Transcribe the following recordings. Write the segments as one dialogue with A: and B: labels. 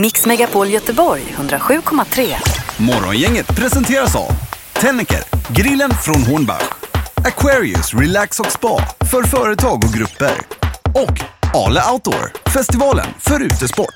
A: Mix Megapol Göteborg 107,3.
B: Morgongänget presenteras av Tennecker, grillen från Hornbach, Aquarius Relax och Spa för företag och grupper och Ale Outdoor, festivalen för utesport.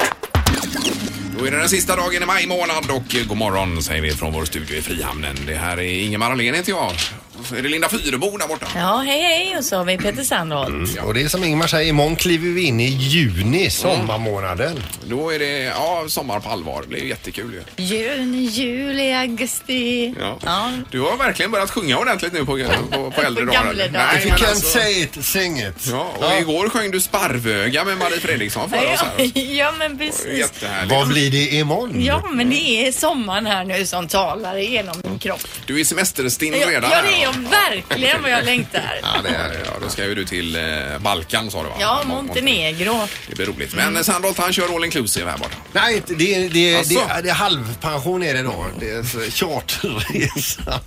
C: Då är det den sista dagen i maj månad och eh, god morgon säger vi från vår studio i Frihamnen. Det här är Ingemar Ahlén heter jag. Och så är det Linda Fyrebo där borta.
D: Ja, hej hej och så har vi Peter Sandholt.
E: Och det är som Ingmar säger, imorgon kliver vi in i juni,
C: Mm.
E: sommarmånaden.
C: Då är det ja, sommar på allvar. Det blir ju jättekul ju.
D: Juni, juli, augusti.
C: Ja.
D: Ja.
C: Du har verkligen börjat sjunga ordentligt nu på, på, på äldre
D: På
C: dagar.
D: gamla dagar.
C: Nej,
E: If you
C: men
E: can't
C: alltså,
E: say it, sing it.
C: ja, och igår sjöng du Sparvöga med Marie Fredriksson för oss
D: Ja,
C: här.
D: ja, men precis.
C: Jättehärligt.
E: Vad blir det imorgon?
D: Ja, men det är sommaren här nu som talar igenom min kropp.
C: Du är semesterstinn
D: Ja, ja
C: redan.
D: det är jag verkligen vad jag längtar.
C: Ja, det är, ja, då ska ju du till eh, Balkan sa du va?
D: Ja,
C: Mont-
D: Montenegro.
C: Det blir roligt. Men eh, Sandholt han kör all inclusive här borta.
E: Nej, det, det, det,
C: Alltså?
E: det, det är halvpension är det då. Det är så- charterresan.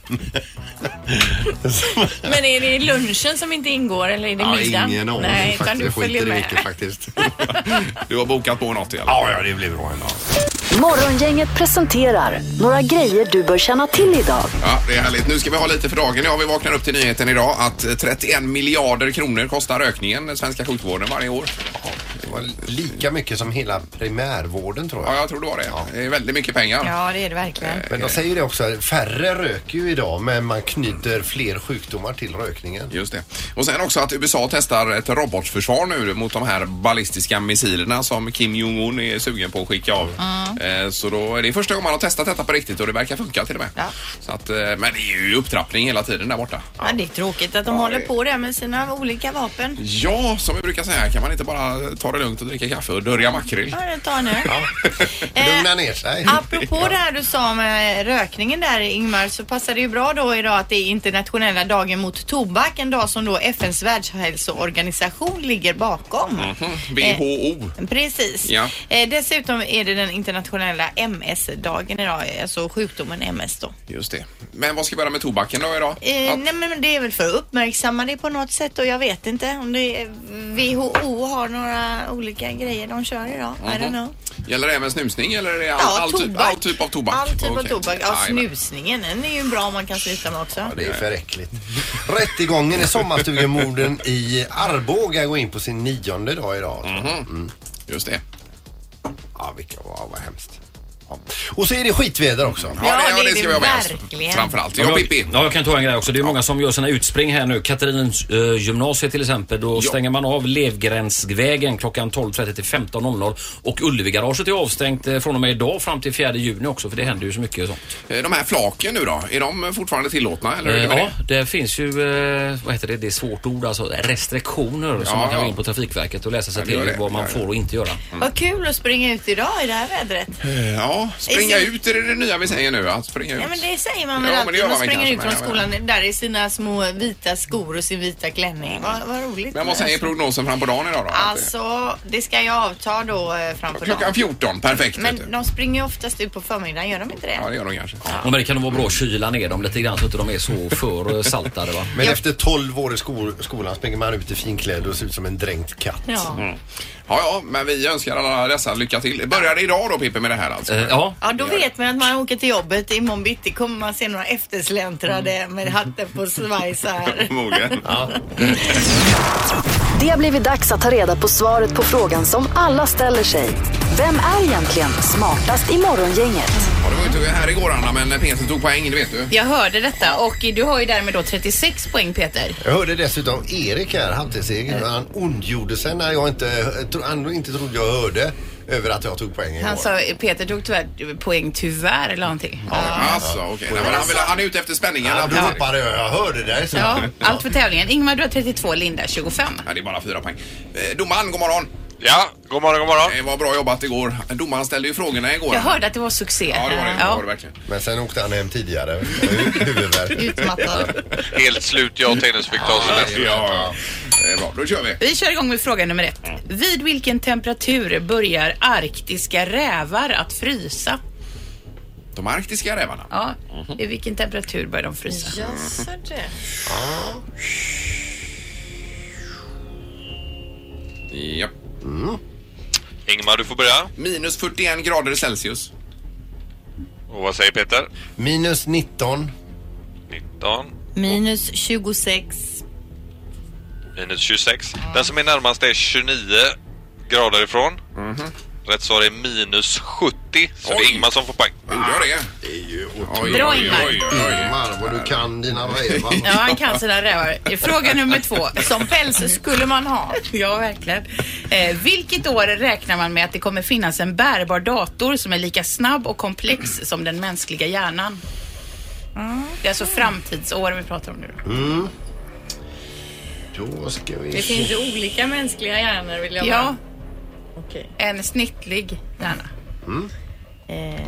D: Men är det lunchen som inte ingår eller är det
E: Ja,
D: middagen?
E: ingen aning
D: Nej, utan
E: faktiskt.
D: du
E: Jag skiter
D: följer
E: i vilket
D: med.
E: faktiskt.
C: Du har bokat på något i alla fall.
E: ja, ja, det blir bra ändå.
A: Morgongänget presenterar några grejer du bör känna till idag.
C: Ja, det är härligt. Nu ska vi ha lite för dagen. Ja, vi vaknar upp till nyheten idag att 31 miljarder kronor kostar rökningen, den svenska sjukvården, varje år.
E: Det var lika mycket som hela primärvården tror
C: Ja,
E: jag.
C: jag tror det var det. Det är väldigt mycket pengar.
D: Ja, det är det verkligen.
E: Men de säger det också, färre röker ju idag men man knyter fler sjukdomar till rökningen.
C: Just det. Och sen också att USA testar ett robotförsvar nu mot de här ballistiska missilerna som Kim Jong-Un är sugen på att skicka av. Eh, Så då är det första gången man har testat detta på riktigt och det verkar funka till och med.
D: Ja.
C: Så att, eh, men det är ju upptrappning hela tiden där borta.
D: Ja, det är tråkigt att de håller på där med sina olika vapen.
C: Ja, som vi brukar säga, kan man inte bara ta det lugnt och dricka kaffe och dörja makrill?
D: Ja, det tar en öl. Eh,
E: Lugna ner sig.
D: Apropå det här du sa med rökningen där Ingmar så passar det ju bra då idag att det är internationella dagen mot tobak. En dag som då FNs världshälsoorganisation ligger bakom.
C: WHO.
D: Precis.
C: Mhm. Ja.
D: Eh, dessutom är det den internationella MS-dagen idag, alltså sjukdomen MS då.
C: Just det. Men vad ska vi börja med tobaken då idag?
D: Eh,
C: Att-
D: Nej men det är väl för att uppmärksamma det på något sätt och jag vet inte om det är, WHO har några olika grejer de kör idag. I don't know.
C: Gäller det även snusning eller är det all,
D: Ja,
C: all, typ,
D: tobak.
C: all typ av tobak?
D: All typ av
C: Okej.
D: tobak. Ja,
C: Jajamän.
D: snusningen den är ju bra om man kan sluta med också.
E: Ja, det är för äckligt. Rättegången i sommarstugemorden i Arboga går in på sin nionde dag idag.
C: Just det.
E: Ja, vilka, ja, vad hemskt. Ja. Och så är det skitväder också.
C: Ja, det, ja,
D: det
C: det
D: är
C: ska
D: det
C: vi ha med oss.
D: verkligen.
C: Framförallt.
F: Ja,
C: Ja,
F: men
C: Pippi.
F: jag, ja, jag kan ta en grej också. Det är många som gör sina utspring här nu. Katarins eh, gymnasiet till exempel. Då stänger man av Levgränsvägen klockan 12.30 till 15.00 och Ullevi-garaget är avstängt eh, från och med idag fram till 4 juni också för det händer ju så mycket sånt.
C: Eh, De här flaken nu då, är de fortfarande tillåtna? Eller hur är
F: Eh,
C: det med
F: ja,
C: det?
F: det finns ju, eh, vad heter det, det är svårt ord alltså, restriktioner som man kan
C: ja.
F: gå in på Trafikverket och läsa sig
C: Ja, det
F: till
C: gör det.
F: vad man
C: Ja, ja.
F: får och inte göra.
C: Mm.
D: Vad kul att springa ut idag i det här vädret.
F: Eh,
C: Ja, springa
D: Is it-
C: ut är det, det nya vi säger nu, att springa ut.
D: Ja men det säger man
C: Ja,
D: väl
C: men det
D: alltid.
C: gör
D: Man
C: man
D: springer
C: kanske,
D: ut från
C: men jag
D: skolan där i sina små vita skor och sin vita klänning. Vad, vad roligt.
C: Men vad säger prognosen fram på dagen idag då?
D: Alltså, det ska ju avta då eh, framför
C: Klockan
D: dagen.
C: 14, perfekt. vet
D: Men
C: du.
D: de springer ju oftast ut på förmiddagen, gör de inte det?
C: Ja, det gör de kanske.
F: Ja, Men det kan nog vara bra att kyla ner dem lite grann så att de inte är så för eh, saltade va.
E: Men efter 12 år i skol, skolan springer man ut i finkläder och ser ut som en dränkt katt.
D: Ja.
C: Mm. Ja, ja, men vi önskar alla dessa lycka till. Börjar det idag då Pippi med det här alltså?
F: Eh, ja,
D: Ja, då vet man att man åker till jobbet imorgon bitti kommer man se några eftersläntrade
C: Mm.
D: med hatten på svaj så här.
C: Förmodligen.
A: Det har blivit dags att ta reda på svaret på frågan som alla ställer sig. Vem är egentligen smartast i morgongänget?
C: Ja, det var ju inte här igår Anna, men Peter tog poäng, det vet du.
D: Jag hörde detta och du har ju därmed då 36 poäng Peter.
E: Jag hörde dessutom Erik här, halvtids-Erik, han ondgjorde sig när jag inte, tro- han inte trodde jag hörde över att jag tog poäng
D: Han
E: igår.
D: sa Peter tog tyvärr poäng tyvärr eller någonting.
C: Alltså, okej. Nej, men Han, vill, han är ute efter spänningen.
E: Ja,
C: Han-
E: då hoppade jag, jag hörde dig. Så.
G: Ja, allt för tävlingen. Ingmar du har 32, Linda 25.
C: Ja, det är bara fyra poäng. Eh, Domaren, god morgon.
H: Ja, god morgon, god morgon.
C: Det var bra jobbat igår. Domaren ställde ju frågorna igår.
G: Jag hörde att det var succé.
C: Ja, det var det. det,
G: Ja.
C: var det verkligen.
E: Men sen åkte han hem tidigare. Hu- Huvudvärk.
D: Utmattad.
H: Helt slut jag och Tennis fick ta oss
C: Ja, ja. Det är Eh, bra. Då kör vi.
G: Vi kör igång med fråga nummer ett. Vid vilken temperatur börjar arktiska rävar att frysa?
C: De arktiska rävarna.
G: Ja, vid vilken temperatur börjar de frysa?
D: Jaså det.
C: Ja.
H: Ingmar, du får börja.
C: Minus 41 grader Celsius.
H: Och vad säger Peter?
E: Minus 19.
H: 19
D: Minus 26.
H: minus 26. Den som är närmast är 29 grader ifrån. Rätt svar är minus 70. Så det
C: Mhm. Oj.
H: är Ingmar som får poäng.
C: Gjorde jag det?
E: Det är ju
C: Oj,
E: otroligt.
G: Bra,
C: oj,
G: Ingmar.
C: oj, oj.
E: Ingmar, vad du kan dina rävar.
G: Ja, han kan sina rävar. Fråga nummer två.
D: Som päls skulle man ha.
G: Ja, verkligen. Eh, vilket år räknar man med att det kommer finnas en bärbar dator som är lika snabb och komplex som den mänskliga hjärnan? Det är alltså framtidsår vi pratar om nu. då.
E: Då ska
I: Det
E: vi se.
I: finns ju olika mänskliga hjärnor vill jag
G: Ja,
I: bara- Okej.
G: en snittlig hjärna.
D: Eh.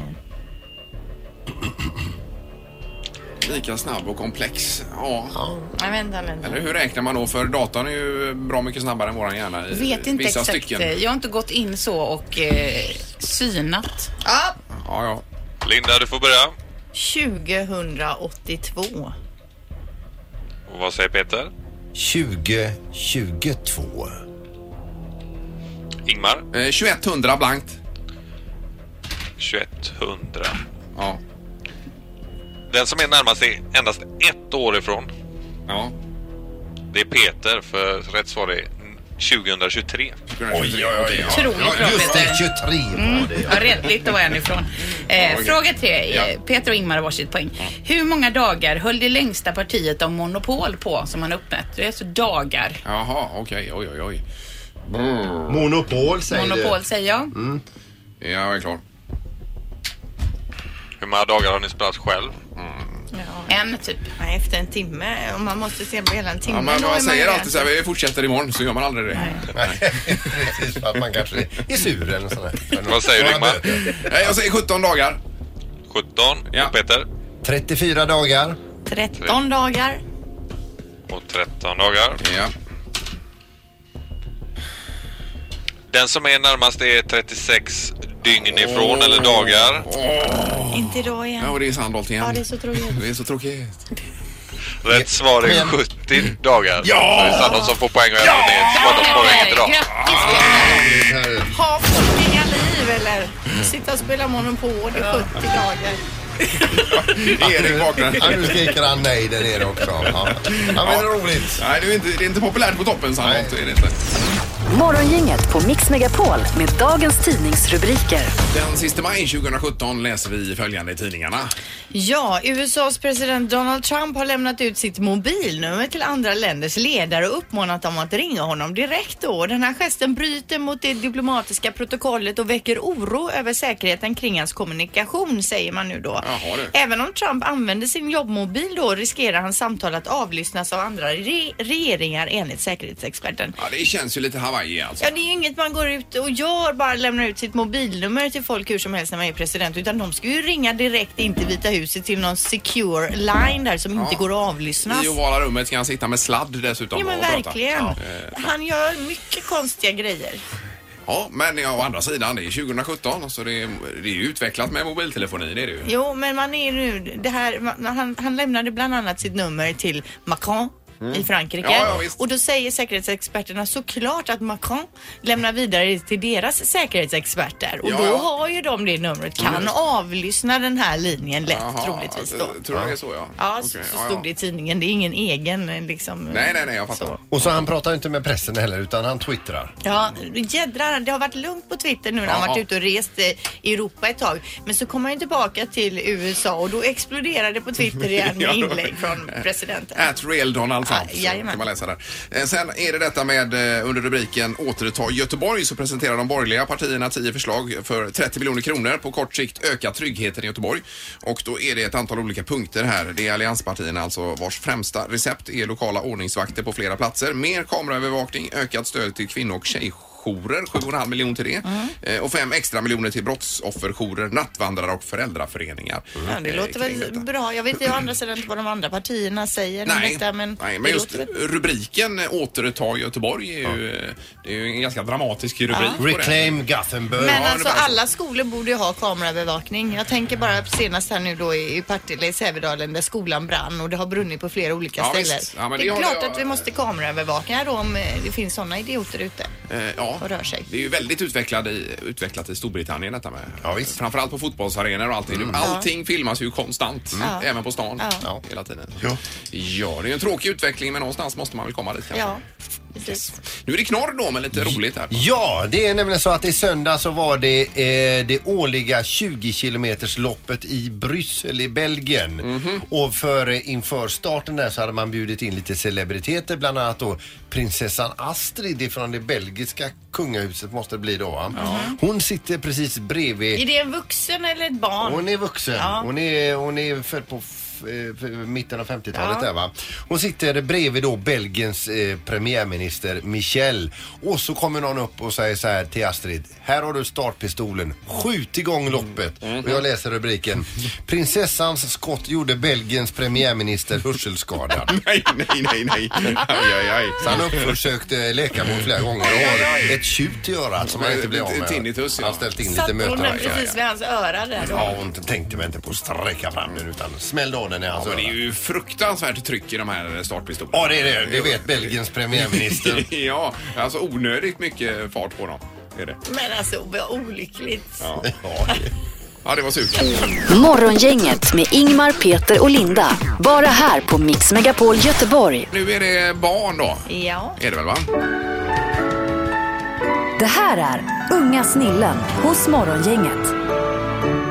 C: Lika snabb och komplex. Ja.
D: Nej, vänta, vänta.
C: Eller hur räknar man då? För datorn är ju bra mycket snabbare än våran hjärna i
G: Vet inte
C: vissa
G: exakt. eh,
C: stycken.
G: Jag har inte gått in så och eh, synat.
D: Ja,
C: Ja, ja.
H: Linda, du får börja.
D: 2082.
H: Och vad säger Peter?
E: 2022.
H: Ingmar?
C: Eh, 2100 blankt.
H: 2100.
C: Ja.
H: Den som är närmast är endast ett år ifrån.
C: ja.
H: Det är Peter, för rätt svar är 2023.
C: Oj, oj, oj.
G: Otroligt bra
E: Just
G: Peter.
E: det, 23 var det.
G: Ja, räddligt att vara en ifrån. Eh,
C: okej.
G: Fråga tre.
C: Ja.
G: Eh, Peter och Ingmar har varsitt poäng. Hur många dagar höll det längsta partiet om monopol på som man uppmätt? Det är alltså dagar.
C: Jaha, okej. Oj, oj, oj.
E: Monopol säger
G: Monopol säger jag.
C: Ja, jag är klar.
H: Hur många dagar har ni spelat själv?
G: En typ.
D: Eh, Nej, efter en timme. Om man måste se på hela en timme.
C: Ja, men
D: då är
C: man säger
D: rädd.
C: alltid så här, vi fortsätter imorgon, så gör man aldrig det.
E: det. Precis, för att man kanske är sur eller nåt sånt där.
H: Vad säger du, Ingmar?
C: Nej, jag säger 17 dagar.
H: 17.
C: Ja.
H: Och Peter?
E: 34 dagar.
D: 13 dagar.
H: Och 13 dagar.
C: Ja.
H: Den som är närmast är 36 dygn ifrån, eller dagar.
D: Inte idag igen.
C: ja, och det är Sandholt igen.
D: Ja, det är så tråkigt.
C: Det är så tråkigt.
H: Rätt svar är
E: Men-
H: 70 dagar. Ja! Det är Sandholt som får poäng och ja! ner. Sandholt får inget idag.
C: Ah!
D: Har folk inga liv eller? Sitta och spela Monopol i 70 dagar.
C: Erik vaknar.
E: Ja, nu skriker han nej där nere också. Ja, ja men det är roligt.
C: Nej, det är inte, det är inte populärt på toppen, Sandholt.
E: Nej.
C: Det är det inte.
A: Morgongänget på Mix Megapol med dagens tidningsrubriker.
C: Den sista maj 2017 läser vi följande i tidningarna.
D: Ja, USAs president Donald Trump har lämnat ut sitt mobilnummer till andra länders ledare och uppmanat dem att ringa honom direkt då. Den här gesten bryter mot det diplomatiska protokollet och väcker oro över säkerheten kring hans kommunikation, säger man nu då.
C: Jaha, du.
D: Även om Trump använder sin jobbmobil då riskerar hans samtal att avlyssnas av andra re- regeringar enligt säkerhetsexperten.
C: Ja, det känns ju lite Hawaii alltså.
D: Ja, det är ju inget man går ut och gör, bara lämnar ut sitt mobilnummer till folk hur som helst när man är president. Utan de ska ju ringa direkt in till Vita huset till någon secure line där som inte går att avlyssnas.
C: I ovala rummet kan han sitta med sladd dessutom
D: Ja men
C: och prata.
D: verkligen.
C: Ja. Eh,
D: Han gör mycket konstiga grejer.
C: Ja, men ja, å andra sidan, det är 2017 så det är, det är ju utvecklat med mobiltelefoni, det är det ju.
D: Jo men man är nu, det här, man, han, han lämnade bland annat sitt nummer till Macron. i Frankrike.
C: Mm. Ja, ja, visst.
D: och då säger säkerhetsexperterna såklart att Macron lämnar vidare till deras säkerhetsexperter och
C: Ja,
D: då
C: ja. Mm.
D: har ju de det numret, kan avlyssna den här linjen lätt
C: Jaha,
D: troligtvis då.
C: eh, Tror du det är så ja?
D: Ja, så,
C: Okej,
D: så
C: ja,
D: stod
C: ja.
D: det i tidningen. Det är ingen egen eh, liksom. eh,
C: Nej, nej, nej, jag fattar.
D: så.
E: Och så han pratar ju inte med pressen heller utan han twittrar.
D: Ja, jädrar. Det har varit lugnt på Twitter nu när han
C: Ja.
D: varit ute och rest eh, i Europa ett tag. Men så kom han ju tillbaka till USA och då exploderade det på Twitter igen
C: Ja,
D: med
C: då-
D: inlägg från presidenten.
C: At real Donald Trump.
D: Ja, Ah, jajamän.
C: kan man läsa där. Eh, Sen är det detta med eh, under rubriken återta Göteborg så presenterar de borgerliga partierna 10 förslag för 30 miljoner kronor på kort sikt öka tryggheten i Göteborg. Och då är det ett antal olika punkter här. Det är allianspartierna alltså vars främsta recept är lokala ordningsvakter på flera platser. Mer kameraövervakning, ökat stöd till kvinno och tjejjourer, 7,5 miljoner till det.
D: Mm.
C: Eh, Och 5 extra miljoner till brottsofferjourer, nattvandrare och föräldraföreningar.
D: Ja, det
C: eh,
D: låter
C: kring
D: väl
C: detta.
D: bra. Jag vet ju å andra sidan inte vad de andra partierna säger om
C: Nej,
D: detta, men,
C: nej, men
D: det
C: just
D: låter väl-
C: rubriken eh, Återta Göteborg är ju, eh, det är ju en ganska dramatisk rubrik. på det.
E: Reclaim Gothenburg.
D: Men
C: det
D: alltså
C: var så.
D: alla skolor borde ju ha kamerabevakning. Jag tänker bara senast här nu då i i Partille i Sävedalen där skolan brann och det har brunnit på flera olika
C: Ja,
D: ställen.
C: visst. Ja, men
D: det
C: det
D: är
C: håller
D: klart
C: jag-
D: att vi måste kamerabevaka då om eh, det finns sådana idioter ute.
C: Eh, ja.
D: och rör sig.
C: Det är ju väldigt utvecklat i, utvecklat i Storbritannien detta med.
E: Ja, visst. Mm.
C: Framförallt på fotbollsarenor och allting. Allting filmas ju konstant.
D: Ja.
C: Även på stan.
D: Ja.
E: Ja.
C: Hela tiden.
E: Ja.
C: Ja, det är ju en tråkig utveckling men någonstans måste man väl komma dit kanske.
D: Ja, precis.
C: Nu är det knorr då men lite roligt här.
E: Ja, det är nämligen så att i söndag så var det eh, det årliga 20 kilometers loppet i Bryssel i Belgien.
C: Mhm.
E: Och för, eh, inför starten där så hade man bjudit in lite celebriteter, bland annat då prinsessan Astrid ifrån det belgiska kungahuset måste det bli då. Va? Hon sitter precis bredvid
D: Är det en vuxen eller ett barn?
E: Hon är vuxen.
D: Ja.
E: Hon, är, hon är född på f- eh, f- mitten av 50-talet
D: Ja.
E: där va. Hon sitter bredvid då Belgiens eh, premiärminister Michel. Och så kommer någon upp och säger så här till Astrid. Här har du startpistolen. Skjut igång
D: Mm.
E: loppet.
D: Mm-hmm.
E: Och jag läser rubriken. Prinsessans skott gjorde Belgiens premiärminister hörselskadad.
C: Nej, nej, nej, nej. Aj, aj, aj.
E: Så han uppförsökte läkarvård flera gånger och har ett tjut i örat som han inte blir av med.
C: Tinnitus, ja.
E: Han har ställt in
D: Satt
E: lite möten.
D: hon den
E: Ja, ja.
D: precis vid hans öra där då?
E: Ja, hon tänkte väl inte på att sträcka fram den utan smällde av den i
C: Ja,
E: hans
C: men
E: öra.
C: det är ju fruktansvärt tryck i de här startpistolerna.
E: Ja, det är det. Det vet Belgiens premiärminister.
C: ja, alltså onödigt mycket fart på dem. Är det.
D: Men alltså vad olyckligt.
C: Ja, det var surt.
A: Morgongänget med Ingmar, Peter och Linda. Bara här på Mix Megapol Göteborg.
C: Nu är det barn då.
D: Ja.
C: Är det väl va?
A: Det här är Unga snillen hos Morgongänget.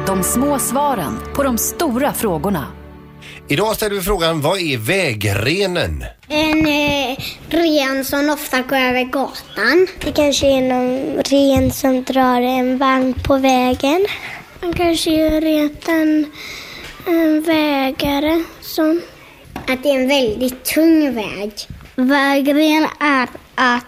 A: De små svaren på de stora frågorna.
E: Idag ställer vi frågan, vad är vägrenen?
J: En eh, ren som ofta går över gatan. Det kanske är någon ren som drar en vagn på vägen. Han kanske är rent en, en vägare som... Att det är en väldigt tung väg. Vägren är att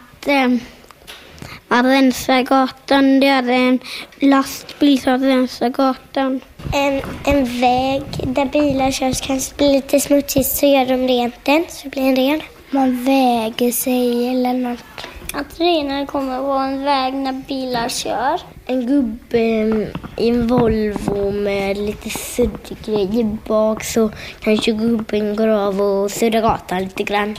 J: man rensar gatan. Det är en lastbil som rensar gatan. En, en väg där bilar körs kanske blir lite smutsigt så gör de rent den så blir den ren. Man väger sig eller något. Att renare kommer på en väg när bilar kör. En gubbe i en Volvo med lite suddgrejer bak så kanske gubben går av och suddar gatan lite grann.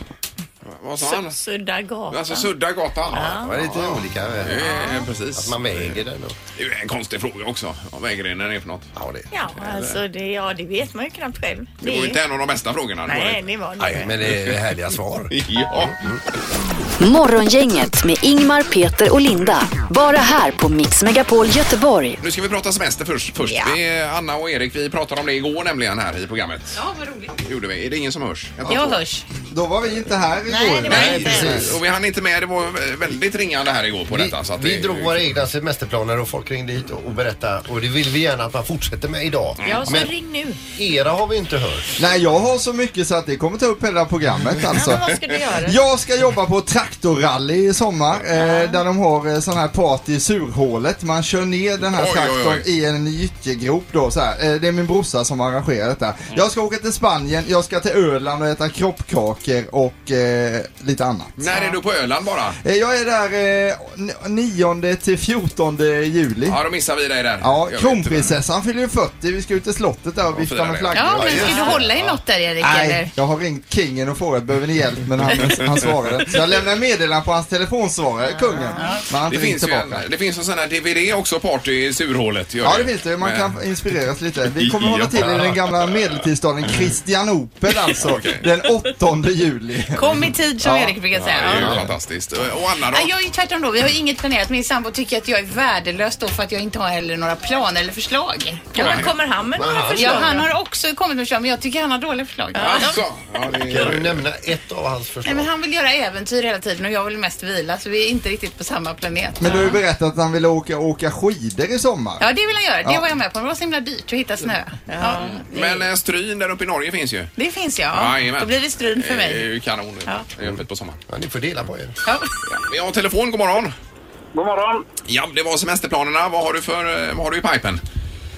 C: Vad sa han?
D: Sudda gatan.
C: Alltså sudda gatan.
E: Det var lite olika.
C: Det
E: eh,
C: är- Precis.
E: Att man väger den. och-
C: Det är ju en konstig fråga också. Vad vägrenen är för något.
E: Ja, det.
D: Ja, alltså det, ja, det vet man ju knappt själv.
C: Det var ju inte en av de bästa frågorna. det var
D: Nej,
C: det.
D: det var det
E: Nej, men det är härliga svar.
C: Ja.
A: Morgongänget med Ingmar, Peter och Linda. Bara här på Mix Megapol Göteborg.
C: Nu ska vi prata semester först. först.
D: Ja.
C: Det är Anna och Erik, vi pratade om det igår nämligen här i programmet.
G: Ja, vad roligt.
C: Det gjorde vi. Är det ingen som hörs? Ett,
G: Jag
C: två.
G: hörs.
K: Då var vi inte här igår.
D: Nej, det var
C: Nej,
D: inte.
C: precis. Och vi hann inte med. Det var väldigt ringande här igår på
E: Vi,
C: detta. Så att
E: vi
C: det, liksom-
E: drog våra egna semesterplaner och folk ringde hit och och berättade och det vill vi gärna att man fortsätter med idag.
D: Ja, så
E: Men
D: ring nu.
E: era har vi inte hört.
K: Nej, jag har så mycket så att det kommer ta upp hela programmet alltså.
D: Ja, men vad ska du göra?
K: Jag ska jobba på traktorrally i sommar eh, där de har eh, sån här party i surhålet. Man kör ner den här
C: Oj, oj, oj.
K: traktorn i en gyttjegrop då så här. Eh, det är min brorsa som arrangerar detta. Jag ska åka till Spanien, jag ska till Öland och äta kroppkakor och eh, lite annat.
C: När är du på Öland bara?
K: Eh, jag är där eh, n- 9 till 14 juli.
C: Ja, då missar vi dig där.
K: Ja,
C: Jag vet inte, men-
K: kronprinsessan fyller ju 40, vi ska ut till slottet där och vifta
C: firar
K: med
C: det.
K: flaggor.
G: Ja, men ska du hålla i något där Erik?
K: Nej,
G: eller?
K: jag har ringt kingen och frågat behöver ni hjälp men han, han svarade inte. Så jag lämnade meddelande på hans telefonsvarare, kungen. Men han har
C: Det
K: inte ringt
C: finns, ju en,
K: tillbaka.
C: det finns en sån här DVD också, Party i surhålet. Gör
K: Ja det finns det, man
C: Men-
K: kan inspireras lite. Vi kommer hålla
C: Ja. Mm.
K: till i den gamla medeltidsstaden Kristianopel alltså,
C: Okej.
K: den 8 juli.
G: Kom i tid som
K: Ja.
G: Erik brukar
C: Det är ju
G: säga.
C: fantastiskt. Och Anna då?
G: Ja, jag är ju tvärtom då. Vi har ju inget planerat. Min sambo tycker att jag är värdelös då för att jag inte har heller några planer eller förslag.
D: Ja, men kommer han med några förslag?
G: Ja, han har också kommit med förslag men jag tycker han har dåliga förslag.
C: Alltså, ja, det
E: Kan du
C: är...
E: nämna ett av hans
G: Nej,
E: förslag?
G: men han vill göra äventyr hela tiden och jag vill mest vila så vi är inte riktigt på samma planet.
K: Men du har ju berättat att han ville åka, åka skidor i sommar.
G: Ja, det vill han göra. Det
K: Ja.
G: var jag med på. Det var så himla dyrt att hitta snö. Ja.
C: Men eh, stryn där uppe i Norge finns ju.
G: Det finns jag.
C: Jajamän. Eh,
G: Då blir det strun för
C: Det är
G: mig.
C: ju kanon.
G: Ja.
C: Det är öppet på sommaren.
E: Ja, ni får dela på er.
G: Ja.
C: Vi har telefon, god morgon.
J: God morgon.
C: Ja, det var semesterplanerna. Vad har du, för, eh, vad har du i pipen?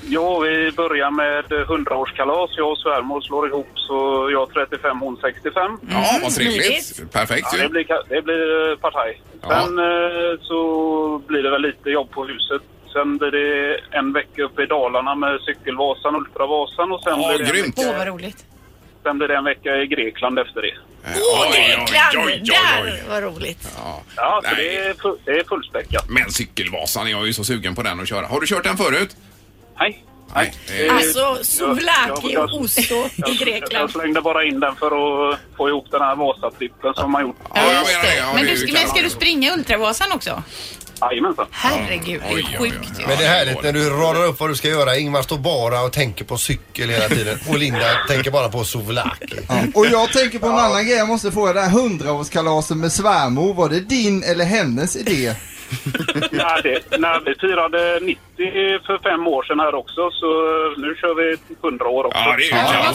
J: Jo, vi börjar med eh, 100-årskalas. Jag och svärmor slår ihop så jag 35, hon 65.
C: Ja,
G: Mm,
C: vad trevligt.
D: smidigt.
C: Perfekt
J: Ja, det,
C: ju.
J: blir, ka- det blir eh, partaj.
C: Ja.
J: Sen eh, så blir det väl lite jobb på huset. Sen blir det en vecka uppe i Dalarna med Cykelvasan, Ultravasan och sen,
C: Ja,
J: blir, det en
C: grymt.
J: vecka,
G: Åh, vad roligt.
J: sen blir det en vecka i Grekland efter det.
D: Åh, det är
C: Eh, oj, oj,
D: Glenn!
C: oj, oj.
D: Där! Vad roligt.
L: Ja, så
C: Nej.
L: det är, fu- det är fullspäckat.
C: Men Cykelvasan, jag är ju så sugen på den att köra. Har du kört den förut?
L: Nej.
C: Nej. Eh,
D: Alltså,
L: jag-
D: souvlaki
L: jag-
D: och Osto i
L: Jag
D: Grekland.
L: slängde bara in den för att få ihop den här Vasattrippen som man gjort.
G: Ja, just det. Men, du, men ska du springa Ultravasan också?
L: Jajamensan.
G: Herregud, det är sjukt ju.
E: Men det är härligt när du radar upp vad du ska göra. Ingmar står bara och tänker på cykel hela tiden och Linda tänker bara på souvlaki.
K: Och jag tänker på en annan grej jag måste fråga. Det här hundraårskalaset med svärmor, var det din eller hennes idé?
L: Ja, det, när vi firade 90 för fem år sedan här också så nu kör vi 100 år också.
C: Ja, det är ju kanon.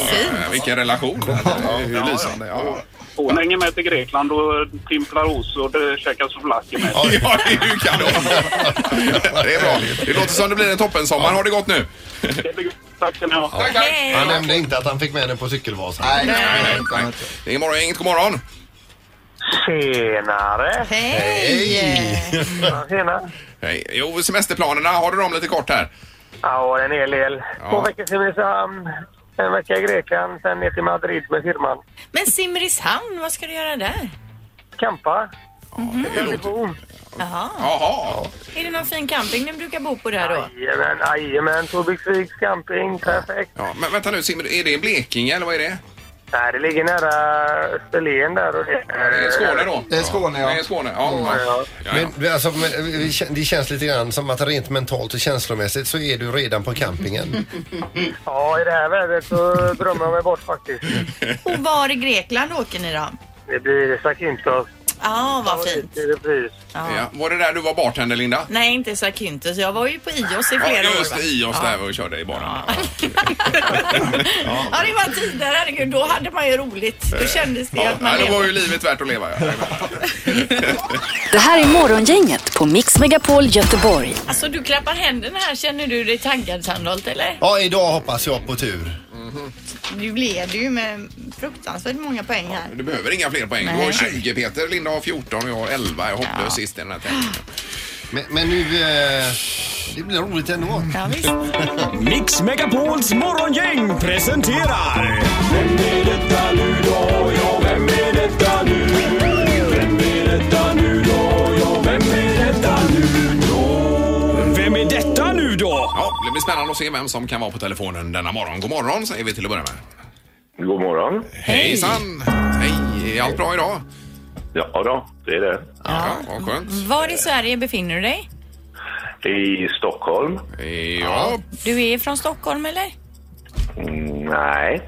C: Vilken relation. Det är ju lysande. Ja.
L: Hon hänger med till Grekland och timplar os och det käkar souvlaki med.
C: Ja, det är ju kanon. Det är bra. Det låter som det blir en toppen sommar. Har det gått nu?
L: Tack ska ni ha.
C: Tack, tack.
E: Han nämnde inte att han fick med den på cykelvasan.
C: Nej, nej. Det är Morgongänget, god morgon.
L: Tjenare!
D: Hej!
L: Tjena!
C: Hej. Jo, semesterplanerna, har du dem lite kort här?
L: Ja, en hel del. Två
C: Ja.
L: veckor i Simrishamn, en vecka i Grekland, sen ner till Madrid med firman.
D: Men Simrishamn, vad ska du göra där?
L: Campa.
C: Det låter-
D: Jaha.
C: Jaha.
D: Är det någon fin camping ni brukar bo på där då?
L: Jajamän, jajamän. Tobiksviks camping, perfekt.
C: Ja, men vänta nu, Simmer, är det Blekinge eller vad är det?
L: Nej, det ligger nära Österlen där. Och det,
C: Är det Skåne då?
K: Det är Skåne, ja.
C: Det är Skåne, ja.
L: Ja.
C: ja.
E: Men, men alltså, men vi kän- det känns lite grann som att rent mentalt och känslomässigt så är du redan på campingen.
L: ja, i det här vädret så drömmer jag mig bort faktiskt.
D: Och var i Grekland åker ni då?
L: Det blir Zakynthos.
D: Ja, vad fint.
L: I repris.
C: Ja. Var det där du var bartender, Linda?
D: Nej, inte Zakynthos. Jag var ju på Ios i
C: Ja,
D: flera år.
C: just
D: va?
C: det, i oss där och körde i baren.
D: Ja, det var tidigare. Herregud, då hade man ju roligt.
G: Eh,
D: Då kändes det
C: Ja,
D: att man
C: nej, då var
D: levde.
C: ju livet värt att leva. Ja.
A: Det här är Morgongänget på Mix Megapol Göteborg.
D: Alltså, du klappar händerna här. Känner du dig taggad, Sandholt, eller?
E: Ja, idag hoppas jag på tur.
D: Du leder ju med fruktansvärt många poäng här.
C: Du behöver inga fler poäng. Du har 20 Peter, Linda har 14 och jag har 11. Jag är hopplös sist i den här tävlingen.
E: Men, men nu... Eh, det blir roligt ändå.
D: Ja, visst.
M: Mix Megapols morgongäng presenterar... Vem är detta nu då? Ja, vem är detta nu? Vem är detta nu då? Ja, vem är detta nu då? Vem är detta nu då?
C: Ja, det blir spännande att se vem som kan vara på telefonen denna morgon. God morgon säger vi till att börja med.
L: God morgon.
C: Hejsan! Hej! Är allt bra idag?
L: Ja då, det är det.
C: Ja, Mm, vad skönt.
D: Var i Sverige befinner du dig?
L: I Stockholm?
C: Ja,
D: Du är från Stockholm, eller?
L: Mm, nej.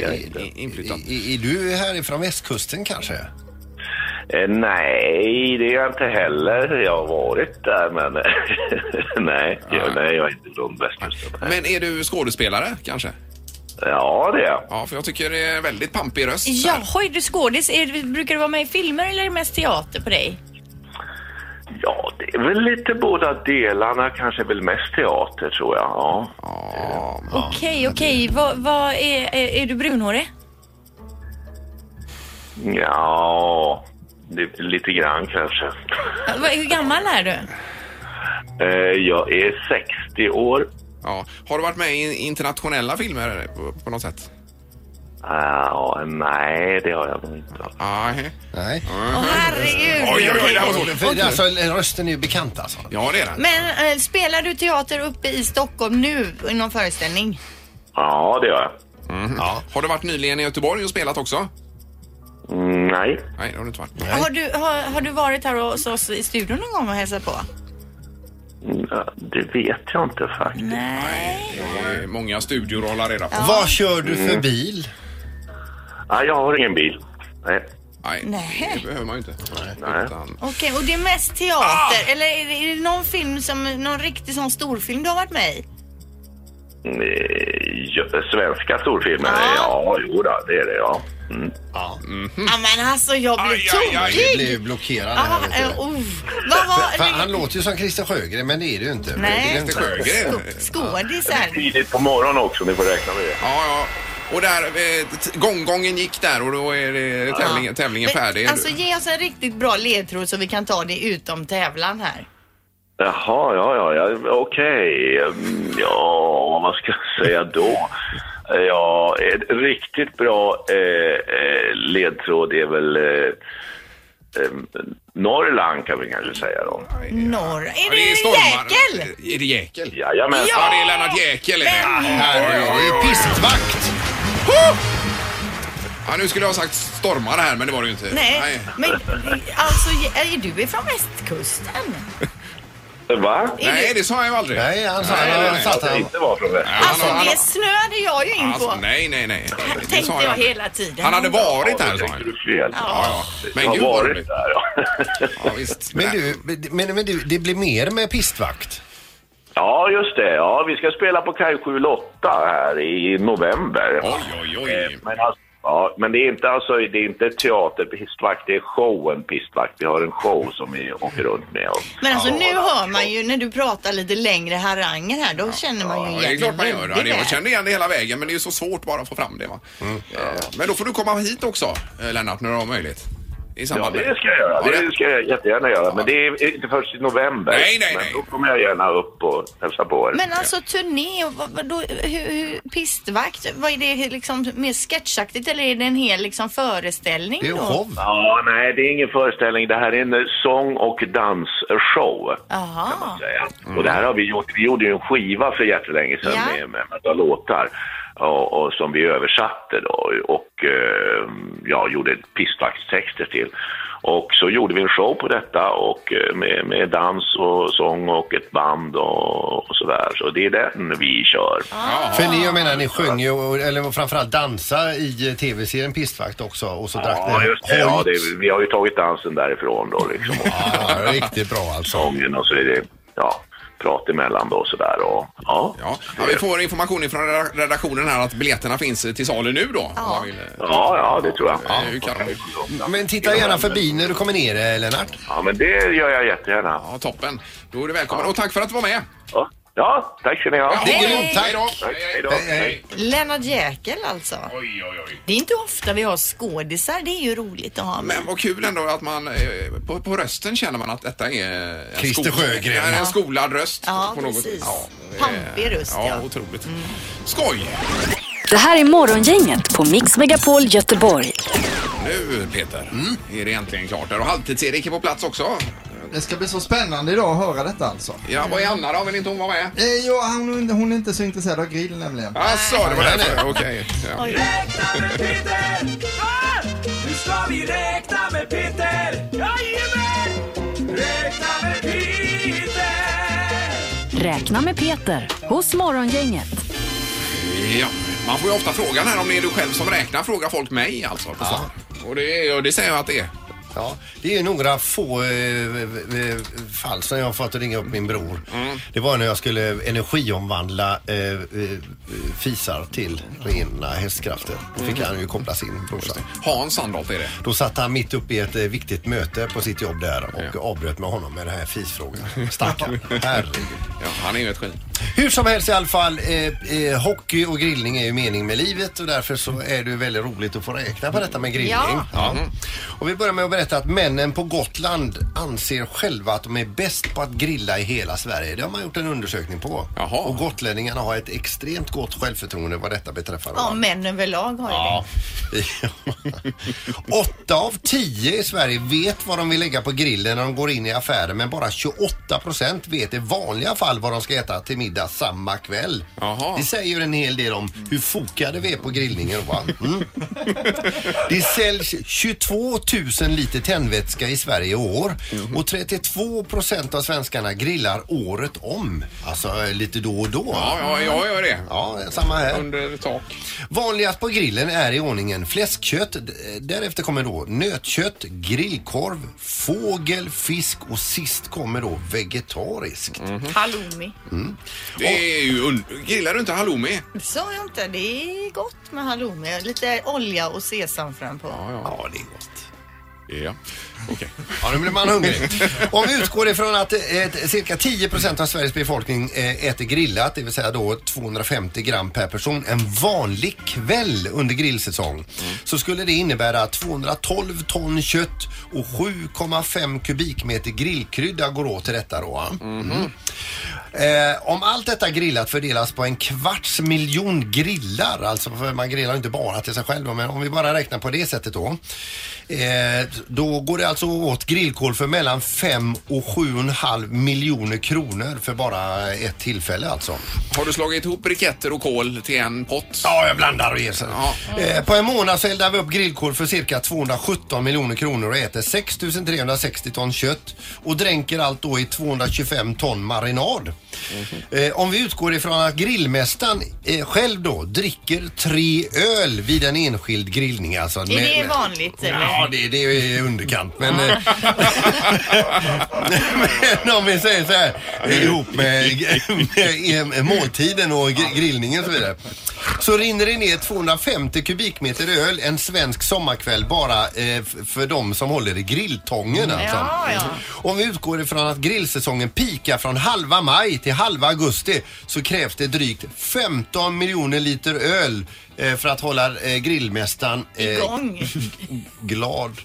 C: nej, i- inflyttat.
E: Är, är du härifrån västkusten kanske?
L: Eh, nej, det är jag inte heller. Jag har varit där, men nej, jag, nej, jag är inte från västkusten.
C: Men är du skådespelare kanske?
L: Ja, det är jag.
C: Ja, för jag tycker det är väldigt pampig röst.
D: Ja, hoj, du skådis. Är, brukar du vara med i filmer eller är det mest teater på dig?
L: Ja, det är väl lite båda delarna. Kanske väl mest teater, tror jag. Ja.
C: Ja,
D: Okej, okej. Vad vad är, är, är du brunhårig?
L: ja det, lite grann kanske.
D: Vad- Hur gammal är du?
L: Eh, jag är 60 år.
C: ja. Har du varit med i internationella filmer på, på något sätt?
L: Eh, Ja, nej, det har jag nog inte.
C: Nej.
E: Nej.
D: Åh, herregud.
C: Oj, oj, oj, det här var svårt.
E: För, alltså, rösten är ju bekant alltså.
C: Ja, det är den.
D: Men eh, spelar du teater uppe i Stockholm nu i någon föreställning?
L: Ja, det gör jag.
E: Ja.
C: Har du varit nyligen i Göteborg och spelat också?
L: Mm, nej.
C: Nej, det har du inte varit.
D: Har du, har, har du varit här hos oss i studion någon gång och hälsat på?
L: Mm, Det vet jag inte faktiskt.
D: Nej.
C: Det är många studioroller redan.
E: Vad kör du för bil?
L: Ja, jag har ingen bil. Nej.
C: Nej,
D: Nej.
C: det behöver man ju inte.
L: Nej.
C: Utan,
D: Okej, och det är mest teater?
C: Ah!
D: Eller är det, är det någon film som, någon riktig sån storfilm du har varit med i?
L: Eh, ja, Svenska storfilmer?
D: Ja.
L: Ja, jo då, det är det ja. Mm.
D: Ja men alltså jag blir
C: Mm. Aj, aj, aj, det
E: Det
D: tokig!
E: blir ju blockerad här,
D: Ah,
E: vet du.
D: eh, oh. Vad
E: För
D: var...
E: han låter ju som Christer Sjögren men det är det ju inte.
D: Nej.
E: Det är
C: Peter
E: inte.
C: Sjögren.
D: Skådisar.
L: Tidigt på morgonen också, ni får räkna med det.
C: Ja, ja. Och där, eh, t- gånggången gick där och då är det tävlingen, tävlingen färdig.
D: Men, Alltså ge oss en riktigt bra ledtråd så vi kan ta det utom tävlan här.
L: Jaha, ja, ja, ja okej. Mm, Ja, vad ska jag säga då? Ja, ett riktigt bra eh, eh, ledtråd är väl eh, eh, Norrland kan vi kanske säga då.
D: Norr. Är det,
C: det är stormar.
D: jäkel?
C: Är det Jäkel?
L: Jajamensan.
C: Ja, det är Lennart Jäkel. Är det. Ah, herregud, det är ju pistvakt. Huh! Ja, nu skulle jag ha sagt stormar här, men det var det ju inte.
D: Nej, men alltså är du ifrån västkusten?
L: Va?
C: Nej, det sa jag ju aldrig. Nej,
E: han
L: sa- han satt här. Inte var från väst.
D: Alltså det snöade jag ju in på.
C: Alltså, Nej, nej, nej. Det
D: Tänkte
C: sa
D: jag
C: aldrig.
D: hela tiden.
C: Han hade varit
L: Ja,
C: här,
L: då
C: sa
L: tänkte
C: han.
L: du fel.
C: Ja, ja. Men
L: Jag
C: gud,
L: har
C: vad
L: varit
C: roligt.
L: där, ja.
C: Ja, visst.
E: Men du, men, men du, det blir mer med pistvakt.
L: Ja, just det. Ja, vi ska spela på Kaj 78 här i november.
C: Oj, oj, oj.
L: Men, alltså, ja, men det är inte alltså, det är inte teaterpistvakt, det är showen pistvakt. Vi har en show som vi åker runt med. Och,
D: Men alltså nu hör man ju när du pratar lite längre haranger här, då känner man ju
C: Ja,
D: igen
C: det är klart man
D: hur
C: gör.
D: det
C: Ja, det-
D: är.
C: Jag kände igen det hela vägen, men det är ju så svårt bara att få fram det. Va? Eh, Men då får du komma hit också, eh, Lennart, när du har möjlighet. I
L: ja,
C: samband med-
L: det ska jag göra.
C: Ja, det-
L: Det ska jag jättegärna göra. Men det är inte först i november.
C: Nej, nej,
L: Men då kommer jag gärna upp och hälsa på er.
D: Men alltså turné, och vad, vad, då, hur, hur, pistvakt, vad är det liksom mer sketchaktigt eller är det en hel liksom föreställning då?
L: Ja, nej, det är ingen föreställning. Det här är en eh, sång och dansshow.
D: Jaha.
L: Och det här har vi gjort. Vi gjorde ju en skiva för jättelänge sedan
D: Ja.
L: med, med en massa låtar. Och, och som vi översatte då och eh, ja, gjorde pistvaktstexter till. Och så gjorde vi en show på detta och eh, med, med dans och sång och ett band och, och sådär. Så det är den vi kör.
E: För ni, jag menar, ni sjöng ju, och- eller framförallt dansa i eh, tv-serien Pistvakt också och så drack
L: Ja,
E: ni
L: just det. Ja, det, vi har ju tagit dansen därifrån då liksom.
C: Mm.
E: Ja, riktigt bra alltså.
L: Sången och så är det, ja, prat emellan då och sådär och ja.
C: Ja, Ja, vi får information från redaktionen här att biljetterna finns eh, till salu nu då. Ja,
L: ja, det tror jag.
C: Ja, det är ju kanon.
E: Men titta gärna förbi när du kommer ner, eh, Lennart.
L: Ja, men det gör jag jättegärna.
C: Ja, toppen. Då är du välkommen och tack för att du var med.
L: Ja, ja tack ska ni ha.
C: Ja, det är
D: grymt. Tack.
C: Hej då.
L: Hej då.
E: Eh,
D: Lennart Jäkel alltså. Det är inte ofta vi har skådisar, det är ju roligt att ha med.
C: Men vad kul ändå att man eh, på, på rösten känner man att detta är en,
E: Christer
C: skol-
E: Sjögren.
C: Ja, en
E: Ja.
C: skolad röst.
D: Ja,
C: på något.
D: precis.
C: eh,
D: Pampig röst,
C: ja.
D: ja.
C: otroligt. Skoj!
A: Det här är Morgongänget på Mix Megapol Göteborg.
C: Nu Peter,
K: Mm.
C: är det äntligen klart där och Halvtids-Erik är på plats också.
K: Det ska bli så spännande idag att höra detta alltså.
C: Ja, vad är Anna då? Vill inte hon vara med?
K: Eh, jo, hon, hon är inte så intresserad av grill nämligen.
C: Alltså, det var därför. Okej. Ja.
M: Nu ska vi räkna med Peter! Jajamän! Räkna med Peter!
A: Räkna med Peter hos Morgongänget.
C: ja. Man får ju ofta frågan här om det är du själv som räknar, frågar folk mig alltså. På stan. Och det, är- och det säger jag att det är.
E: Ja, det är några få eh, eh, fall som jag har fått att ringa upp min bror. Det var när jag skulle energiomvandla eh, eh, fisar till rena hästkrafter. Då fick han ju kopplas in, brorsan.
C: Hans Sandholt är det.
E: Då satt han mitt uppe i ett eh, viktigt möte på sitt jobb där och avbröt med honom med den här fisfrågan. Stackarn. Herregud.
C: Ja, han är ju ett geni.
E: Hur som helst i alla fall, eh, eh, hockey och grillning är ju mening med livet och därför så är det ju väldigt roligt att få räkna på detta med grillning. Mm.
M: Ja.
E: Och vi börjar med att berätta att männen på Gotland anser själva att de är bäst på att grilla i hela Sverige. Det har man gjort en undersökning på. Och gotlänningarna har ett extremt gott självförtroende vad detta beträffar.
D: Ja, män överlag har ju
E: Ja. Åtta av tio i Sverige vet vad de vill lägga på grillen när de går in i affären men bara 28 procent vet i vanliga fall vad de ska äta till middag samma kväll. Det säger ju en hel del om hur fokade vi är på grillningen. Va? Mm. Det säljs 22 000 liter tändvätska i Sverige i år och 32 procent av svenskarna grillar året om. Alltså eh, lite då och då.
C: Ja, ja, jag gör det.
E: Ja, samma här.
C: Under tak.
E: Vanligast på grillen är i ordningen fläskkött, d- därefter kommer då nötkött, grillkorv, fågel, fisk och sist kommer då vegetariskt.
D: Halloumi.
E: Mm.
C: Det är ju und- Gillar du inte halloumi?
D: Sa jag inte, det är gott med halloumi. Lite olja och sesam fram på.
C: Ja,
E: det är gott.
C: Ja.
E: Ja, nu blir man hungrig. Om vi utgår ifrån att eh, cirka 10 av Sveriges befolkning eh, äter grillat, det vill säga då 250 gram per person en vanlig kväll under grillsäsong, så skulle det innebära att 212 ton kött och 7,5 kubikmeter grillkrydda går åt till detta då. va? Mm. Eh, om allt detta grillat fördelas på en kvarts miljon grillar, alltså för man grillar ju inte bara till sig själv, men om vi bara räknar på det sättet då. Eh, då går det alltså åt grillkol för mellan 5 och 7,5 miljoner kronor för bara ett tillfälle alltså.
C: Har du slagit ihop briketter och kol till en pott?
E: Ja, jag blandar och ger sen. Eh, på en månad så eldar vi upp grillkol för cirka 217 miljoner kronor och äter 6 360 ton kött och dränker allt då i 225 ton marinad. Eh, om vi utgår ifrån att grillmästaren eh, själv då dricker tre öl vid en enskild grillning. Alltså,
D: Är det vanligt eller?
E: Ja, det, det är i underkant. Men, eh, men om vi säger så här eh, ihop med, med eh, måltiden och gr- grillningen och så vidare. Så rinner det ner 250 kubikmeter öl en svensk sommarkväll bara eh, f- för de som håller i grilltången alltså.
M: Ja, ja.
E: Om vi utgår ifrån att grillsäsongen pikar från halva maj till halva augusti så krävs det drygt 15 miljoner liter öl eh, för att hålla eh, grillmästaren eh,
D: Igång.
E: glad.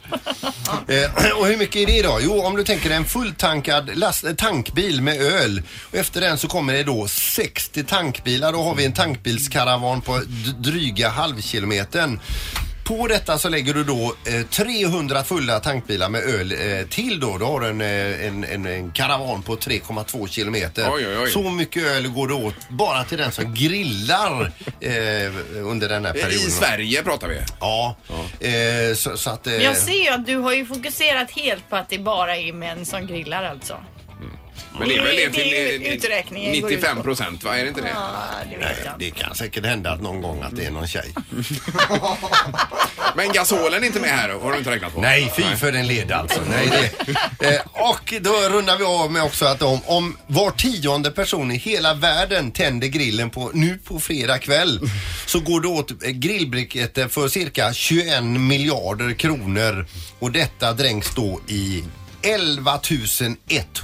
E: Eh, och hur mycket är det då? Jo, om du tänker dig en fulltankad last, eh, tankbil med öl och efter den så kommer det då 60 tankbilar. Då har vi en tankbilskaravan på d- dryga halvkilometern. På detta så lägger du då eh, 300 fulla tankbilar med öl eh, till då. Du har du en, eh, en, en, en karavan på 3,2 kilometer.
C: Oj, oj, oj.
E: Så mycket öl går det åt bara till den som grillar eh, under den här
C: I
E: perioden.
C: Sverige pratar vi.
E: Ja, Eh, så, så att... eh,
D: Jag ser ju att du har ju fokuserat helt på att det bara är män som grillar alltså.
C: Men det är väl
D: Det är-
C: det till
D: det är
C: eh,
D: uträkningen går ut på.
C: 95 procent, va? Är det inte det?
E: Nej, det kan säkert hända att någon gång att det är någon tjej.
C: Men gasolen är inte med här, har du inte räknat på?
E: Nej, fy för en led alltså. Nej, det. Eh, och då rundar vi av med också att om, om var tionde person i hela världen tänder grillen på, nu på fredag kväll så går det åt eh, grillbriketter för cirka 21 miljarder kronor och detta dränks då i 11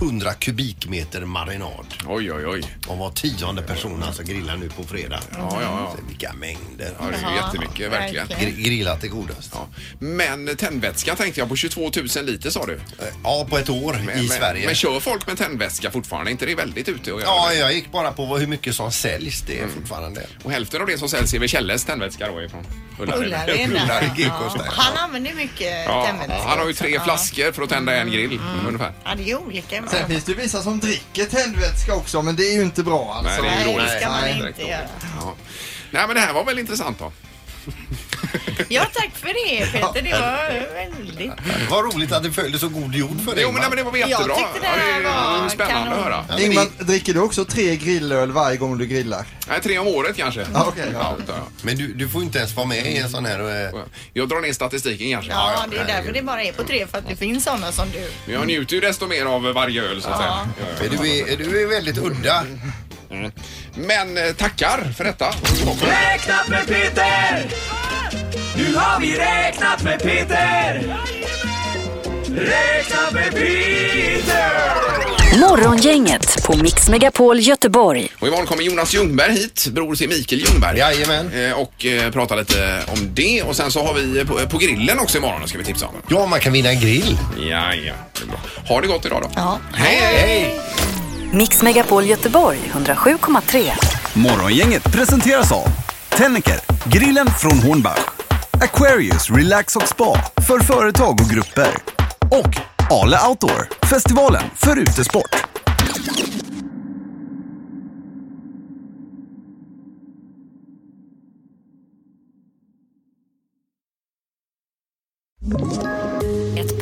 E: 100 kubikmeter marinad.
C: Oj, oj, oj.
E: Om var tionde person alltså grillar nu på fredag.
C: Ja, ja, ja.
E: Vilka mängder.
C: Ja, det är ju jättemycket, verkligen.
E: Gr- Grillat är godast.
C: Men tändvätska tänkte jag på 22 000 liter sa du?
E: Eh, Ja, på ett år i
C: men,
E: Sverige.
C: Men kör folk med tändvätska fortfarande? inte det väldigt ute och gör
E: Ja,
C: det?
E: jag gick bara på vad- hur mycket som säljs. Det
C: Mm.
E: är fortfarande.
C: Och hälften av det som säljs är väl Kjelles tändvätska då ifrån
D: Ullared.
E: Ullared
D: Ja. Han använder mycket
C: Ja,
D: tändvätska
C: han har ju
D: också.
C: tre
D: Mm. Ja.
C: flaskor för att tända en grill ungefär.
D: Ja, det är olika.
K: Sen finns det ju vissa som dricker tändvätska också, men det är ju inte bra alltså.
C: Nej, det är ju dåligt. Nej, direkt
D: inte göra.
C: Ja. Nej, men det här var väl intressant då?
D: Ja, tack för det Peter. Det var väldigt...
E: Vad roligt att det följde så god jord för dig.
C: Jo, men, nej, men det var jättebra.
D: Jag tyckte det
C: Ja,
D: här
C: är ju
D: var
C: spännande
D: kanon.
C: att höra.
K: Ingmar, dricker du också tre grillöl varje gång du grillar?
C: Nej, tre om året kanske.
K: Ja, okej, ja.
E: Men du, du får inte ens vara med i en sån här... eh,
C: Jag drar ner statistiken kanske.
D: Ja, det är därför det bara är på tre, för att det finns sådana som du.
C: Men jag njuter ju desto mer av varje öl så att
D: Ja.
C: säga.
E: Du är, du är väldigt udda.
C: Men eh, tackar för detta.
M: Räknat med Peter! Nu har vi räknat med Peter! Räknat med Peter!
A: Morgongänget på Mix Megapol Göteborg.
C: Och imorgon kommer Jonas Ljungberg hit, bror till Mikael Ljungberg.
E: Jajamän.
C: Eh, Och eh, prata lite om det. Och sen så har vi eh, på, på grillen också imorgon, ska vi tipsa om.
E: Ja, man kan vinna en grill.
C: Ja, ja. Det är bra. Ha det gott idag då.
A: Ja.
C: Hej, hej!
A: Mix Megapol Göteborg 107,3.
B: Morgongänget presenteras av Tennicker, grillen från Hornbach, Aquarius Relax och Spa för företag och grupper och Ale Outdoor, festivalen för utesport.
N: Ett